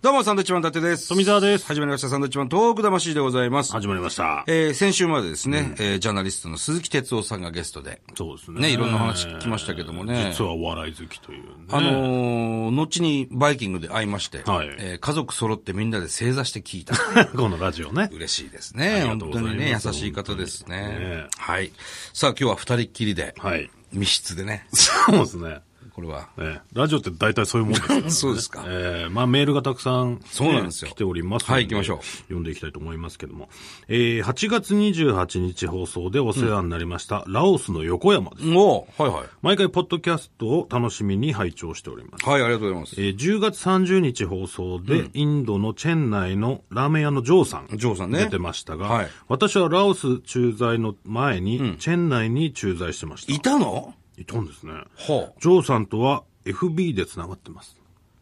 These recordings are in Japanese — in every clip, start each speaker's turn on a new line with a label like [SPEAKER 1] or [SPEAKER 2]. [SPEAKER 1] どうも、サンドイッチマン伊達です。
[SPEAKER 2] 富澤です
[SPEAKER 1] 始まりました、サンドイッチマントーク魂でございます。
[SPEAKER 2] 始まりました。
[SPEAKER 1] えー、先週までですね、えージャーナリストの鈴木哲夫さんがゲストで、
[SPEAKER 2] そうですね。
[SPEAKER 1] ねいろんな話聞きましたけどもね
[SPEAKER 2] 実はお笑い好きというね。
[SPEAKER 1] あのー、後にバイキングで会いまして、
[SPEAKER 2] はい
[SPEAKER 1] えー家族揃ってみんなで正座して聞 いた。
[SPEAKER 2] このラジオね。
[SPEAKER 1] 嬉しいですね。
[SPEAKER 2] ありが
[SPEAKER 1] 本
[SPEAKER 2] とうご
[SPEAKER 1] 当
[SPEAKER 2] ざいます
[SPEAKER 1] にね、優しい方ですね。
[SPEAKER 2] 本当にね
[SPEAKER 1] はい。さあ、今日は二人っきりで、
[SPEAKER 2] はい。
[SPEAKER 1] 密室で ね、
[SPEAKER 2] そうですね。
[SPEAKER 1] これは。
[SPEAKER 2] ええラジオって大体そういうもんですからね。
[SPEAKER 1] そうですか
[SPEAKER 2] ええまあメールがたくさん、ね
[SPEAKER 1] そうなんですよ
[SPEAKER 2] 来ておりますので。
[SPEAKER 1] はい行きましょう
[SPEAKER 2] 読んでいきたいと思いますけども。ええ8月28日放送でお世話になりました、ラオスの横山です。
[SPEAKER 1] おーはいはい。
[SPEAKER 2] 毎回ポッドキャストを楽しみに拝聴しております。
[SPEAKER 1] はい、ありがとうございます。
[SPEAKER 2] えー10月30日放送で、インドのチェン内のラーメン屋のジョーさん。
[SPEAKER 1] ジョーさんね
[SPEAKER 2] 出てましたが、
[SPEAKER 1] はい
[SPEAKER 2] 私はラオス駐在の前に、チェン内に駐在してました。
[SPEAKER 1] いたの
[SPEAKER 2] いたんですね。
[SPEAKER 1] ほう。
[SPEAKER 2] ジョーさんとは FB で繋がってます。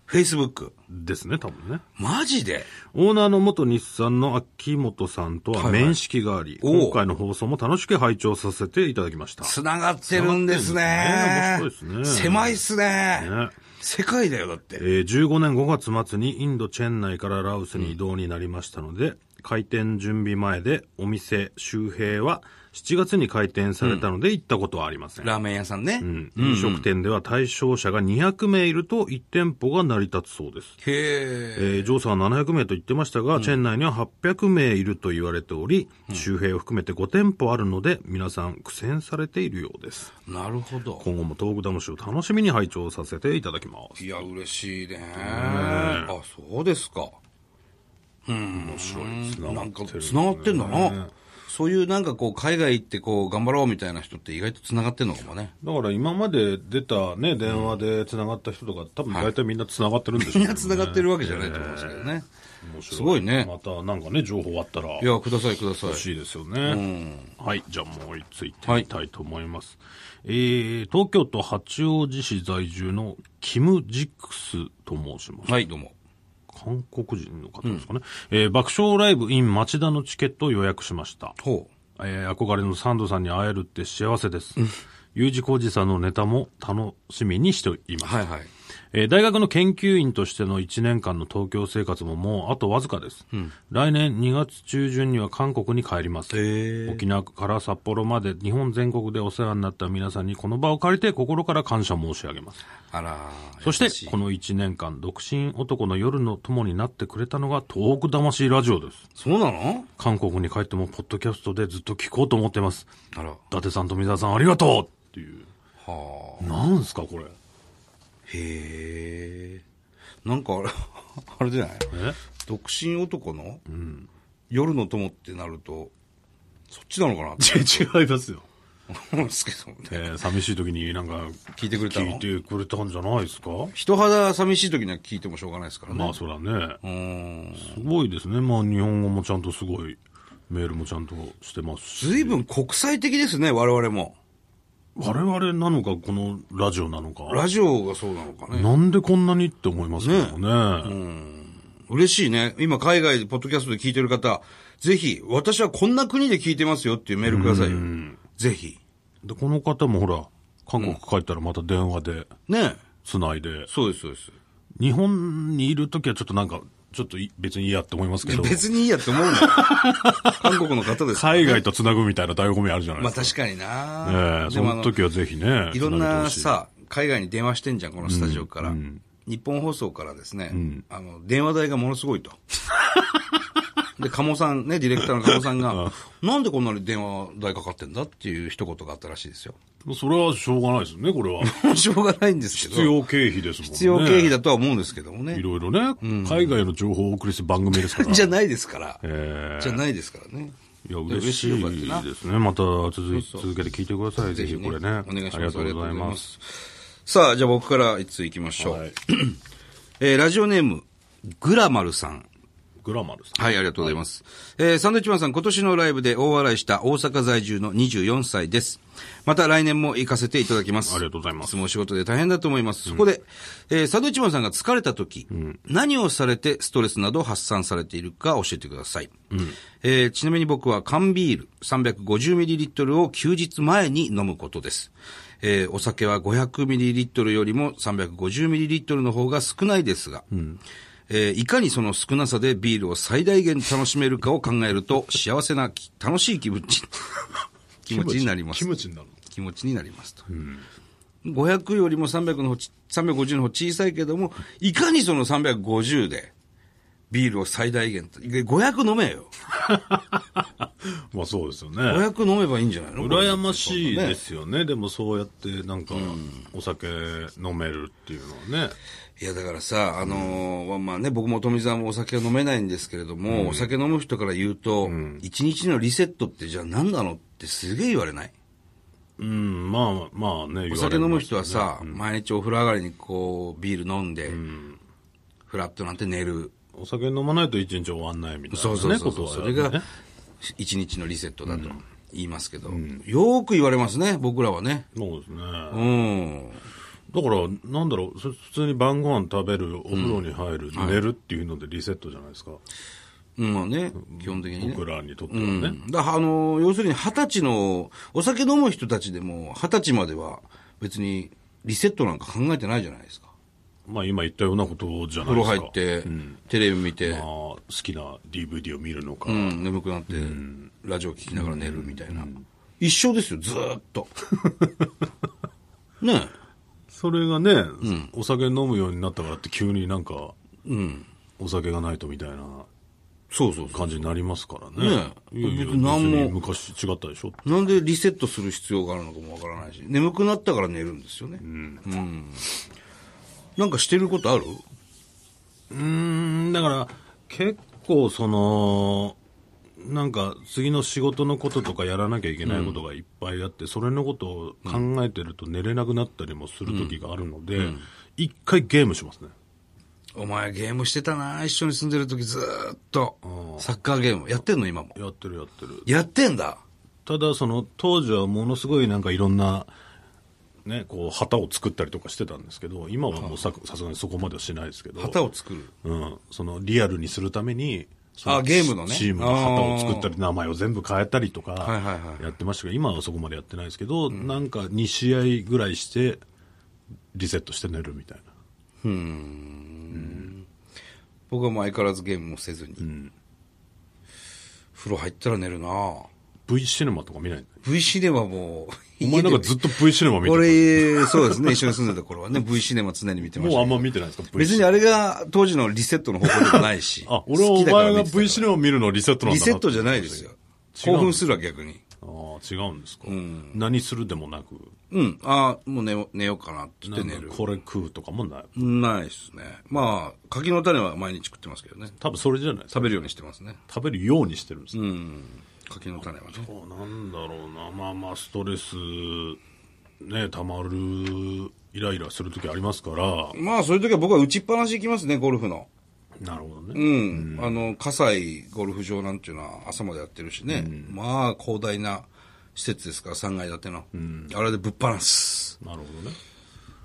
[SPEAKER 1] Facebook。
[SPEAKER 2] ですね、多分ね。
[SPEAKER 1] マジで
[SPEAKER 2] オーナーの元日産の秋元さんとは面識があり、
[SPEAKER 1] おう
[SPEAKER 2] 今回の放送も楽しく拝聴させていただきました。
[SPEAKER 1] つながってるんですね。
[SPEAKER 2] 繋がってるんですね面白いですね
[SPEAKER 1] 狭いっすね
[SPEAKER 2] ね
[SPEAKER 1] 世界だよ、だって。
[SPEAKER 2] えー15年5月末にインドチェン内からラオスに移動になりましたので、開店準備前でお店周辺は7月に開店されたので行ったことはありません。
[SPEAKER 1] ラーメン屋さんね。
[SPEAKER 2] うん飲食店では対象者が200名いると1店舗が成り立つそうです。
[SPEAKER 1] へえ。
[SPEAKER 2] えージョーさんは700名と言ってましたが、チェン内には800名いると言われており、周辺を含めて5店舗あるので、皆さん苦戦されているようです。
[SPEAKER 1] なるほど。
[SPEAKER 2] 今後も東北魂を楽しみに拝聴させていただきます。
[SPEAKER 1] いや、嬉しいね。あ、そうですか。
[SPEAKER 2] 面白いですね
[SPEAKER 1] なんか、繋がってんだな。そういうなんかこう、海外行ってこう、頑張ろうみたいな人って意外と繋がってんのかもね。
[SPEAKER 2] だから今まで出たね、電話で繋がった人とか、多分大体みんな繋がってるんでしょう
[SPEAKER 1] み
[SPEAKER 2] ね
[SPEAKER 1] んな繋がってるわけじゃないと思うんですけどね。
[SPEAKER 2] 面白
[SPEAKER 1] すごいね
[SPEAKER 2] またなんかね、情報あったら
[SPEAKER 1] いや、ください、ください
[SPEAKER 2] 欲。しいですよね。はい、じゃあもう一ついってみたいと思います。えー、東京都八王子市在住のキム・ジックスと申します。
[SPEAKER 1] はい、どうも。
[SPEAKER 2] 韓国人の方ですかね。えー爆笑ライブ in 町田のチケットを予約しました。
[SPEAKER 1] ほ
[SPEAKER 2] えー憧れのサンドさんに会えるって幸せです。U 字工事さんのネタも楽しみにしています
[SPEAKER 1] う。。はいはい。
[SPEAKER 2] えー大学の研究員としての1年間の東京生活ももうあとわずかです、来年2月中旬には韓国に帰ります、
[SPEAKER 1] へ
[SPEAKER 2] 沖縄から札幌まで日本全国でお世話になった皆さんにこの場を借りて心から感謝申し上げます
[SPEAKER 1] あら
[SPEAKER 2] そし
[SPEAKER 1] 優い
[SPEAKER 2] てこの1年間独身男の夜の友になってくれたのが東北魂ラジオです
[SPEAKER 1] そうなの
[SPEAKER 2] 韓国に帰ってもポッドキャストでずっと聞こうと思ってます
[SPEAKER 1] あら。は
[SPEAKER 2] 伊達さんと水沢さんありがとうっていう
[SPEAKER 1] あ。
[SPEAKER 2] なんすかこれ
[SPEAKER 1] へえ。なんかあれ、 あれじゃない
[SPEAKER 2] え
[SPEAKER 1] 独身男の、夜の友ってなると、そっちなのかなって
[SPEAKER 2] 違いますよ
[SPEAKER 1] 思うんですけどね。
[SPEAKER 2] えー寂しい時になんか
[SPEAKER 1] 聞いてくれた
[SPEAKER 2] 聞い
[SPEAKER 1] の
[SPEAKER 2] てくれたんじゃないですか
[SPEAKER 1] 人肌寂しい時には聞いてもしょうがないですからね。
[SPEAKER 2] まあそらね、
[SPEAKER 1] うーん。
[SPEAKER 2] すごいですね。まあ日本語もちゃんとすごい、メールもちゃんとしてますし、
[SPEAKER 1] 随分国際的ですね、我々も。
[SPEAKER 2] 我々なのか、このラジオなのか、
[SPEAKER 1] ラジオがそうなのかね。
[SPEAKER 2] なんでこんなにって思いますけどね。
[SPEAKER 1] 嬉しいね。今、海外でポッドキャストで聞いてる方、ぜひ、私はこんな国で聞いてますよっていうメールくださいよ。ぜひ。
[SPEAKER 2] で、この方もほら、韓国帰ったらまた電話で
[SPEAKER 1] ね
[SPEAKER 2] 繋いで、
[SPEAKER 1] そうです、そうです。
[SPEAKER 2] 日本にいる時はちょっとなんか、ちょっとい別にいいやって思いますけど、
[SPEAKER 1] 別にいいやって思う のよ韓国の方ですからね
[SPEAKER 2] 海外と繋ぐみたいな醍醐味あるじゃない
[SPEAKER 1] ま
[SPEAKER 2] で
[SPEAKER 1] あ
[SPEAKER 2] すか。
[SPEAKER 1] 確かに
[SPEAKER 2] え
[SPEAKER 1] な、
[SPEAKER 2] え
[SPEAKER 1] で
[SPEAKER 2] そ
[SPEAKER 1] もあ
[SPEAKER 2] の時はぜひね、
[SPEAKER 1] いろん
[SPEAKER 2] 繋で
[SPEAKER 1] な
[SPEAKER 2] ほしい、
[SPEAKER 1] さ、海外に電話してんじゃん、このスタジオから。日本放送からですね、あの、電話代がものすごい と。で、鴨さん、ね、ディレクターの鴨さんが、なんでこんなに電話代かかってんだっていう一言があったらしい ですよ。
[SPEAKER 2] それはしょうがないですよね、これは。
[SPEAKER 1] しょうがないんですけど。
[SPEAKER 2] 必要経費ですもんね。
[SPEAKER 1] 必要経費だとは思うんですけども
[SPEAKER 2] い
[SPEAKER 1] ね。
[SPEAKER 2] ろいろね、海外の情報をお送りする番組ですから。
[SPEAKER 1] じゃないですから。
[SPEAKER 2] え
[SPEAKER 1] じゃないですからね。
[SPEAKER 2] ーいや、嬉し
[SPEAKER 1] 嬉しいよ
[SPEAKER 2] い
[SPEAKER 1] こうやって
[SPEAKER 2] ですね。また続い続けて聞いてください。ぜひ
[SPEAKER 1] ね
[SPEAKER 2] これね。
[SPEAKER 1] お願いします。
[SPEAKER 2] ありがとうございます。
[SPEAKER 1] す。さあ、じゃあ僕から一通行きましょう。
[SPEAKER 2] はい
[SPEAKER 1] えーラジオネーム、グラマルさん。
[SPEAKER 2] グラマルさん。
[SPEAKER 1] はい、ありがとうございます。えーサンドイッチマンさん、今年のライブで大笑いした大阪在住の24歳です。また来年も行かせていただきます。
[SPEAKER 2] ありがとうございま
[SPEAKER 1] い
[SPEAKER 2] す
[SPEAKER 1] つもお仕事で大変だと思います。そこで、えーサンドイッチマンさんが疲れた時、何をされてストレスなどを発散されているか教えてください。えーちなみに僕は缶ビール 350ml を休日前に飲むことです。えーお酒は 500ml よりも 350ml の方が少ないですが、えーいかにその少なさでビールを最大限楽しめるかを考えると、幸せなき、楽しい気分 ち、気持ちになります。
[SPEAKER 3] キムチになる。
[SPEAKER 1] 気持ちになりますと。500よりも300の方ち、350の方小さいけども、いかにその350で、ビールを最大限と。で500飲めよ。
[SPEAKER 3] まあそうですよね。
[SPEAKER 1] 500飲めばいいんじゃないの
[SPEAKER 2] 羨ましいですよね。でもそうやってなんか、お酒飲めるっていうのはね。
[SPEAKER 1] いや、だからさ、あのーまあね、僕も富澤もお酒は飲めないんですけれども、お酒飲む人から言うと、一、日のリセットってじゃあ何なのってすげえ言われない。
[SPEAKER 2] うん、まあまあね、
[SPEAKER 1] お
[SPEAKER 2] 言わ
[SPEAKER 1] 酒
[SPEAKER 2] れ
[SPEAKER 1] 飲む
[SPEAKER 2] ます
[SPEAKER 1] 人はさ、毎日お風呂上がりにこう、ビール飲んで、フラッとなんて寝る。
[SPEAKER 2] お酒飲まないと一日終わんないみたいな、ね。
[SPEAKER 1] そうそうそう
[SPEAKER 2] こと
[SPEAKER 1] そう。そ
[SPEAKER 2] は
[SPEAKER 1] れが
[SPEAKER 2] ね、
[SPEAKER 1] 一日のリセットだと言いますけど、よーく言われますね、僕らはね。
[SPEAKER 2] そうですね。
[SPEAKER 1] うん。
[SPEAKER 2] だから、なんだろう、そ普通に晩ご飯食べる、お風呂に入る、寝るっていうのでリセットじゃないですか。
[SPEAKER 1] うんまあね、基本的にね。
[SPEAKER 2] 僕らにとっては
[SPEAKER 1] う
[SPEAKER 2] ね。
[SPEAKER 1] ん、だからあの要するに二十歳の、お酒飲む人たちでも、二十歳までは別にリセットなんか考えてないじゃないですか。
[SPEAKER 2] まあ今言ったようなことじゃな
[SPEAKER 1] 風
[SPEAKER 2] いで
[SPEAKER 1] 呂
[SPEAKER 2] すか。
[SPEAKER 1] 入って、テレビ見て、
[SPEAKER 2] まあ、好きな DVD を見るのか。
[SPEAKER 1] うん、眠くなって、ラジオ聞きながら寝るみたいな。一緒ですよ、ずーっ と。ね
[SPEAKER 2] それがね、お酒飲むようになったからって急になんか、
[SPEAKER 1] え。うん。
[SPEAKER 2] お酒がないとみたいな
[SPEAKER 1] そうそうそう。
[SPEAKER 2] 感じになりますからね。
[SPEAKER 1] ねえ
[SPEAKER 2] いやいや
[SPEAKER 1] 別に何も
[SPEAKER 2] 別に昔違ったでしょ。
[SPEAKER 1] なんでリセットする必要があるのかもわからないし、眠くなったから寝るんですよね。うんなんかしてることある
[SPEAKER 2] うーん、だから、結構その、なんか次の仕事のこととかやらなきゃいけないことがいっぱいあって、それのことを考えてると寝れなくなったりもする時があるので、一回ゲームしますね。
[SPEAKER 1] お前ゲームしてたな、一緒に住んでる時ずーっと。サッカーゲーム。やってんの今も。
[SPEAKER 2] やってるやってる。
[SPEAKER 1] やってんだ。
[SPEAKER 2] ただその当時はものすごいなんかいろんな、ね、こう旗を作ったりとかしてたんですけど今はもうささすがにそこまではしないですけど
[SPEAKER 1] 旗を作る。
[SPEAKER 2] うん、そのリアルにするためにその
[SPEAKER 1] あゲームのね
[SPEAKER 2] チームの旗を作ったり名前を全部変えたりと
[SPEAKER 1] はいはい
[SPEAKER 2] か
[SPEAKER 1] はい
[SPEAKER 2] やってましたけど今はそこまでやってないですけど、なんか2試合ぐらいしてリセットして寝るみたいな
[SPEAKER 1] 僕はもう相変わらずゲームもせずに。風呂入ったら寝るな
[SPEAKER 2] V シネマとか見ない
[SPEAKER 1] V シネマも う、
[SPEAKER 2] お前なんかずっと V シネマ見てる
[SPEAKER 1] 俺、そうですね、一緒に住んでた頃はね、V シネマ常に見てまし
[SPEAKER 2] もう
[SPEAKER 1] た
[SPEAKER 2] あ
[SPEAKER 1] け
[SPEAKER 2] ん
[SPEAKER 1] ど。
[SPEAKER 2] ま見てないですか V
[SPEAKER 1] 別
[SPEAKER 2] シネ
[SPEAKER 1] に
[SPEAKER 2] マ。
[SPEAKER 1] あれが当時のリセットの方法でもないし
[SPEAKER 2] あ俺はお前が V シ
[SPEAKER 1] ネ
[SPEAKER 2] ネマ見るのリセット
[SPEAKER 1] マ
[SPEAKER 2] なん
[SPEAKER 1] リ
[SPEAKER 2] だな
[SPEAKER 1] セッ
[SPEAKER 2] と思って
[SPEAKER 1] トじゃないですよ。
[SPEAKER 2] 違う
[SPEAKER 1] 興奮するわ、逆に。
[SPEAKER 2] ああ、違うんですか、何するでもなく。
[SPEAKER 1] うん、ああ、もう寝よ寝ようかなって言って寝
[SPEAKER 2] なん
[SPEAKER 1] る
[SPEAKER 2] か。これ食うとかもない。
[SPEAKER 1] ないですね。まあ、柿の種は毎日食ってますけどね。
[SPEAKER 2] 多分それじゃないですか
[SPEAKER 1] 食べるようにしてますね。
[SPEAKER 2] 食べるようにしてるんです、
[SPEAKER 1] うん。柿の種はね。
[SPEAKER 2] そうなんだろうな。まあまあ、ストレス、ね、たまる、イライラするときありますから。
[SPEAKER 1] まあ、そういう時は僕は打ちっぱなし行きますね、ゴルフの。
[SPEAKER 2] なるほ
[SPEAKER 1] う
[SPEAKER 2] どね。
[SPEAKER 1] ん。あの、葛西ゴルフ場なんていうのは朝までやってるしね。まあ、広大な施設ですから、3階建ての。あれでぶっ放す。
[SPEAKER 2] なる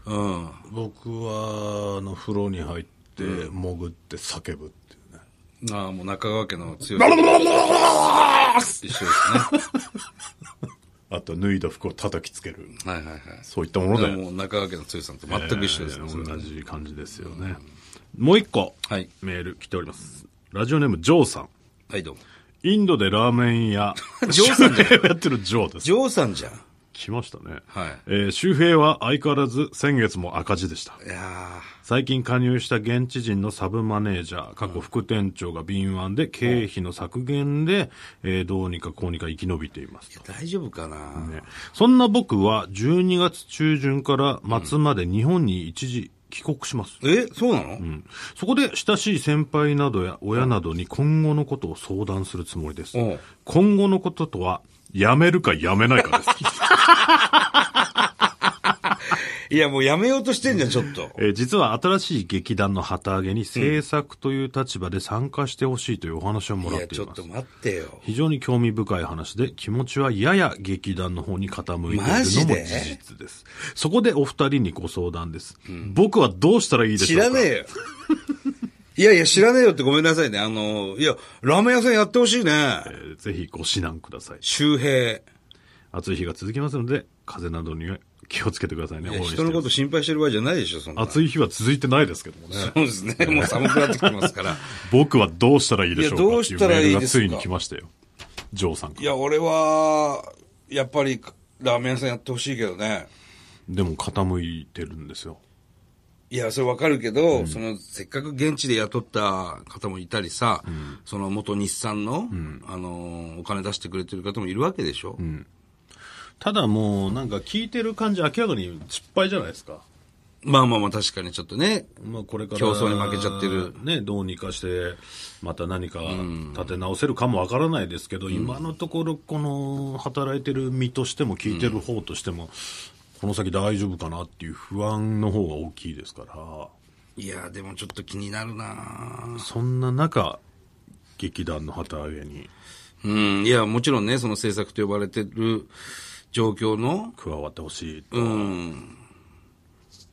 [SPEAKER 2] ほどね。
[SPEAKER 1] うん。
[SPEAKER 2] 僕は、あの、風呂に入って、潜って叫ぶっていうね。
[SPEAKER 1] ああ、もう中川家の強い。一緒ですね。
[SPEAKER 2] あと、脱いだ服を叩きつける。
[SPEAKER 1] はいはいはい。
[SPEAKER 2] そういったもの
[SPEAKER 1] で
[SPEAKER 2] で。
[SPEAKER 1] ももう中川家の強さんと全く一緒ですね。
[SPEAKER 2] え
[SPEAKER 1] それ
[SPEAKER 2] ー
[SPEAKER 1] は
[SPEAKER 2] 同じ感じですよね。もう一個、
[SPEAKER 1] はい
[SPEAKER 2] メール来ております。ラジオネーム、ジョーさん。
[SPEAKER 1] はい、どうも。
[SPEAKER 2] インドでラーメン屋。
[SPEAKER 1] ジョーさんじゃ
[SPEAKER 2] 周平 をやってるジョーです。
[SPEAKER 1] ジョーさんじゃん。
[SPEAKER 2] 来ましたね。
[SPEAKER 1] はい
[SPEAKER 2] えー周平は相変わらず先月も赤字でした。
[SPEAKER 1] いや
[SPEAKER 2] 最近加入した現地人のサブマネージャー、過去副店長が敏腕で経費の削減で、えーどうにかこうにか生き延びています。
[SPEAKER 1] ー大丈夫かな、
[SPEAKER 2] ねそんな僕は12月中旬から末まで日本に一時帰国します。
[SPEAKER 1] え、そうなの、
[SPEAKER 2] うんそこで親しい先輩などや親などに今後のことを相談するつもりです
[SPEAKER 1] うん。
[SPEAKER 2] 今後のこととは、辞めるか辞めないかです。
[SPEAKER 1] いや、もうやめようとしてんじゃん、ちょっと。
[SPEAKER 2] えー実は新しい劇団の旗揚げに制作という立場で参加してほしいというお話をも
[SPEAKER 1] い
[SPEAKER 2] らっ
[SPEAKER 1] や、
[SPEAKER 2] て
[SPEAKER 1] ち
[SPEAKER 2] い
[SPEAKER 1] ょっ
[SPEAKER 2] ます
[SPEAKER 1] と。待ってよ。
[SPEAKER 2] 非常に興味深い話で、気持ちはやや劇団の方に傾いている
[SPEAKER 1] マジ
[SPEAKER 2] の
[SPEAKER 1] で
[SPEAKER 2] も事実です。そこでお二人にご相談です。僕はどうしたらいいでし
[SPEAKER 1] 知
[SPEAKER 2] ょうか
[SPEAKER 1] らねえよ。いやいや、知らねえよってごめんなさいね。あの、いや、ラーメン屋さんやってほしいね。
[SPEAKER 2] えーぜひご指南ください。
[SPEAKER 1] 周平。
[SPEAKER 2] 暑い日が続きますので、風邪などには気をつけてくださいね、
[SPEAKER 1] い
[SPEAKER 2] 応
[SPEAKER 1] や
[SPEAKER 2] 援して
[SPEAKER 1] 人のこと心配してる場合じゃないでしょ、そんな。
[SPEAKER 2] 暑い日は続いてないですけどもね。
[SPEAKER 1] そうです ね。もう寒くなってきてますから。
[SPEAKER 2] 僕はどうしたらいいでしょうか
[SPEAKER 1] いやどうしたらいいですか
[SPEAKER 2] ってうメールがついに来ましたよ。ジョーさんか
[SPEAKER 1] い
[SPEAKER 2] ら
[SPEAKER 1] や、俺は、やっぱり、ラーメン屋さんやってほしいけどね。
[SPEAKER 2] でも傾いてるんですよ。
[SPEAKER 1] いや、それわかるけど、その、せっかく現地で雇った方もいたりさ、その元日産の、あの、お金出してくれてる方もいるわけでしょ。
[SPEAKER 2] ただもう、なんか聞いてる感じ、明らかに失敗じゃないですか。
[SPEAKER 1] まあまあまあ、確かにちょっとね。
[SPEAKER 2] まあ、これから
[SPEAKER 1] 競争に負けちゃってる
[SPEAKER 2] ね、どうにかして、また何か立て直せるかもわからないですけど、今のところ、この働いてる身としても、聞いてる方としても、この先大丈夫かなっていう不安の方が大きいですから、
[SPEAKER 1] いや、でもちょっと気になるな
[SPEAKER 2] そんな中、劇団の旗揚げに
[SPEAKER 1] うん、いや、もちろんね、その政策と呼ばれてる状況の、
[SPEAKER 2] 加わってほしいと、
[SPEAKER 1] うん。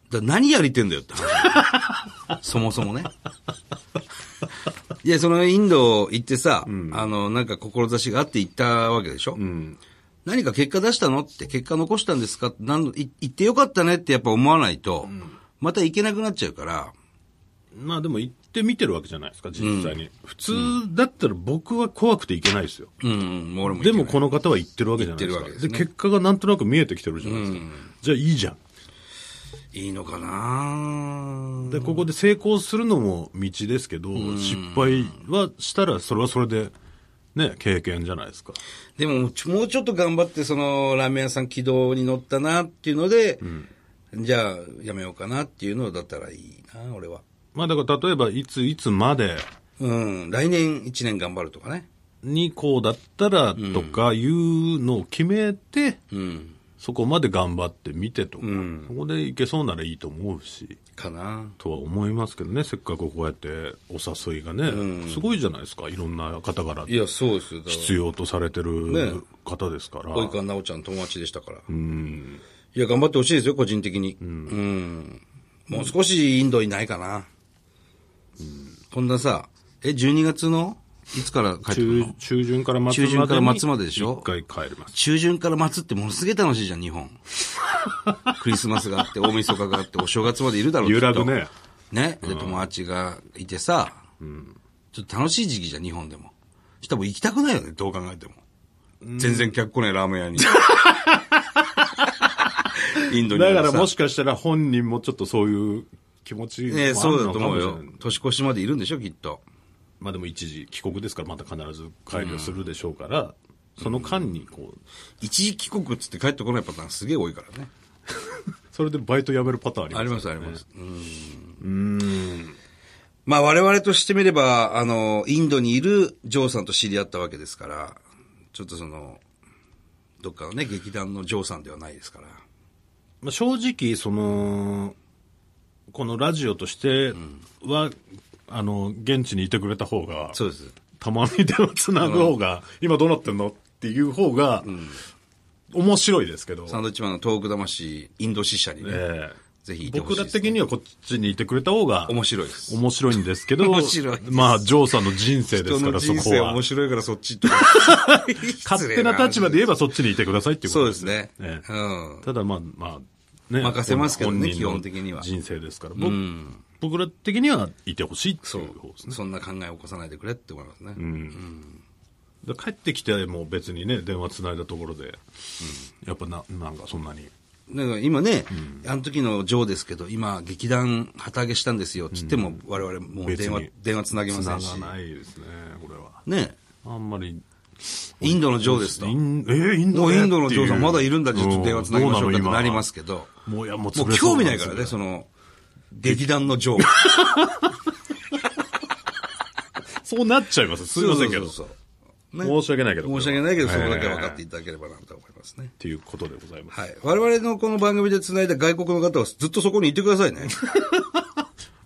[SPEAKER 1] だ何やりてんだよって話。そもそもね。いや、そのインド行ってさ、あの、なんか志があって行ったわけでしょ、何か結果出したのって、結果残したんですかなんい行ってよかったねってやっぱ思わないと、また行けなくなっちゃうから、
[SPEAKER 2] まあでも行ってみてるわけじゃないですか、実際に。普通だったら僕は怖くて行けないですよ。
[SPEAKER 1] うん、うん、もう俺も行
[SPEAKER 2] で
[SPEAKER 1] けない
[SPEAKER 2] もこの方は言ってるわけじゃないです
[SPEAKER 1] 言ってるわ
[SPEAKER 2] か。で
[SPEAKER 1] けですね
[SPEAKER 2] 結果がなんとなく見えてきてるじゃないですか。じゃあいいじゃん。
[SPEAKER 1] いいのかな
[SPEAKER 2] で、ここで成功するのも道ですけど、失敗はしたらそれはそれで、ね、経験じゃないですか。
[SPEAKER 1] でも、ちょもうちょっと頑張って、その、ラーメン屋さん軌道に乗ったなっていうので、じゃあ、やめようかなっていうのだったらいいな、俺は。
[SPEAKER 2] まあだから例えばいついつまで
[SPEAKER 1] うん、来年1年頑張るとかね。
[SPEAKER 2] にこうだったらとかいうのを決めて、
[SPEAKER 1] うん、
[SPEAKER 2] そこまで頑張ってみてとか、そこでいけそうならいいと思うし。
[SPEAKER 1] かな。
[SPEAKER 2] とは思いますけどね、せっかくこうやってお誘いがね、すごいじゃないですか、いろんな方から
[SPEAKER 1] いや、そうですよ。だから
[SPEAKER 2] 必要とされて
[SPEAKER 1] ね
[SPEAKER 2] る方ですから、
[SPEAKER 1] 及川奈緒ちゃん友達でしたから。いや、頑張ってほしいですよ、個人的に。うん。もう少しインドいないかな。こんなさ、え、12月のいつから帰ってくる
[SPEAKER 2] 中
[SPEAKER 1] の
[SPEAKER 2] 中旬から末まで
[SPEAKER 1] 中旬から末まででしょ
[SPEAKER 2] 一回帰ります。
[SPEAKER 1] 中旬から待つってものすげえ楽しいじゃん、日本。クリスマスがあって、大晦日があって、お正月までい るだろう
[SPEAKER 2] 揺らぐ。
[SPEAKER 1] きっ
[SPEAKER 2] ね。
[SPEAKER 1] とね。で、友達がいてさ、ちょっと楽しい時期じゃん、日本でも。したらもう行きたくないよね、どう考えても。全然客来ないラーメン屋に。インドにあ
[SPEAKER 2] だ
[SPEAKER 1] るさ。
[SPEAKER 2] からもしかしたら本人もちょっとそういう気持ちも
[SPEAKER 1] ね
[SPEAKER 2] あ
[SPEAKER 1] そ
[SPEAKER 2] る
[SPEAKER 1] うだ
[SPEAKER 2] の
[SPEAKER 1] と
[SPEAKER 2] かも
[SPEAKER 1] 思う
[SPEAKER 2] しれな
[SPEAKER 1] よ
[SPEAKER 2] い。
[SPEAKER 1] 年越しまでいるんでしょ、きっと。
[SPEAKER 2] まあでも一時帰国ですから、また必ず帰りをするでしょうから、その間にこう、
[SPEAKER 1] 一時帰国っつって帰ってこないパターンすげえ多いからね。
[SPEAKER 2] それでバイト辞めるパターンあります
[SPEAKER 1] あります、
[SPEAKER 2] か
[SPEAKER 1] あり
[SPEAKER 2] らね
[SPEAKER 1] ます。うん。まあ我々としてみれば、あの、インドにいるジョーさんと知り合ったわけですから、ちょっとその、どっかのね、劇団のジョーさんではないですから。
[SPEAKER 2] まあ、正直そのこのラジオとしては、あの現地にいてくれた方が
[SPEAKER 1] そうです。
[SPEAKER 2] たまに電話つなぐ方が、今どうなってんのっていう方が、面白いですけど、
[SPEAKER 1] サンドウィッチマンの東北魂、インド支社にね、
[SPEAKER 2] ええ
[SPEAKER 1] ぜひいてほ
[SPEAKER 2] 僕
[SPEAKER 1] しい
[SPEAKER 2] ら
[SPEAKER 1] です、
[SPEAKER 2] 的にはこっちにいてくれた方が
[SPEAKER 1] 面白いです。
[SPEAKER 2] 面白いんですけど
[SPEAKER 1] 面白いです
[SPEAKER 2] まあジョーさんの人生です
[SPEAKER 1] 人
[SPEAKER 2] か
[SPEAKER 1] の
[SPEAKER 2] らそ
[SPEAKER 1] 人
[SPEAKER 2] こ
[SPEAKER 1] 生
[SPEAKER 2] は
[SPEAKER 1] 面白いからそっち行って。
[SPEAKER 2] 勝手な立場で言えばそっちにいてくださいっていう
[SPEAKER 1] そ
[SPEAKER 2] こ
[SPEAKER 1] う
[SPEAKER 2] と
[SPEAKER 1] で
[SPEAKER 2] ですす
[SPEAKER 1] ねう
[SPEAKER 2] ね。。ええ
[SPEAKER 1] ん。
[SPEAKER 2] ただまあまあね
[SPEAKER 1] 任せますけどね
[SPEAKER 2] 本人の
[SPEAKER 1] 基本的には
[SPEAKER 2] 人生ですから、僕僕ら的にはいてほしいっていう方ですね
[SPEAKER 1] そんな考えを起こさないでくれって思いますね。
[SPEAKER 2] だから帰ってきても別にね電話つないだところで、やっぱななんかそんなに
[SPEAKER 1] だから今ね、あの時のジョーですけど、今、劇団旗揚げしたんですよって言っても、我々もう
[SPEAKER 2] 別
[SPEAKER 1] 電話
[SPEAKER 2] に、
[SPEAKER 1] 電話つなげませんし
[SPEAKER 2] つ。ながないですねこれは
[SPEAKER 1] ね
[SPEAKER 2] あんまり
[SPEAKER 1] インドのジョーですと。
[SPEAKER 2] イ
[SPEAKER 1] も
[SPEAKER 2] ンえーインド
[SPEAKER 1] う
[SPEAKER 2] ね
[SPEAKER 1] インドのジョーさ
[SPEAKER 2] っ
[SPEAKER 1] ん
[SPEAKER 2] てう
[SPEAKER 1] まだいるんだ、ちょっと電話つなげましょうかって
[SPEAKER 2] どなの今
[SPEAKER 1] なりますけど。
[SPEAKER 2] もういやもう
[SPEAKER 1] も
[SPEAKER 2] 潰
[SPEAKER 1] う
[SPEAKER 2] れそ
[SPEAKER 1] 興
[SPEAKER 2] う
[SPEAKER 1] 味
[SPEAKER 2] ん
[SPEAKER 1] ない
[SPEAKER 2] です
[SPEAKER 1] か
[SPEAKER 2] よ
[SPEAKER 1] らね、その、劇団のジョー。
[SPEAKER 2] そうなっちゃいますすいませんけど
[SPEAKER 1] そうそうそうそうね
[SPEAKER 2] 申し訳ないけど
[SPEAKER 1] 申し訳ないけど、そこだけ
[SPEAKER 2] は
[SPEAKER 1] 分かっていただければなと思いますね。
[SPEAKER 2] っていうことでございます、
[SPEAKER 1] はい。我々のこの番組で繋いだ外国の方はずっとそこにいてくださいね。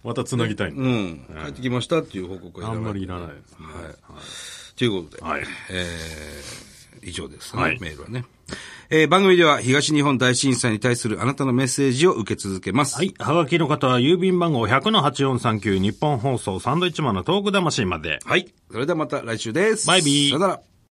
[SPEAKER 2] またつなぎたいんで、
[SPEAKER 1] うん。 帰ってきましたっていう報告が
[SPEAKER 2] あ
[SPEAKER 1] いら
[SPEAKER 2] んま
[SPEAKER 1] ない
[SPEAKER 2] りい。らないですね
[SPEAKER 1] ということで。
[SPEAKER 2] はい、
[SPEAKER 1] えー以上ですね、
[SPEAKER 2] はい
[SPEAKER 1] メールはね。えー番組では東日本大震災に対するあなたのメッセージを受け続けます。
[SPEAKER 2] はい。はがきの方は郵便番号100-8439日本放送サンドイッチマンのトーク魂まで。
[SPEAKER 1] はい。それではまた来週です。
[SPEAKER 2] バイビー
[SPEAKER 1] さよなら。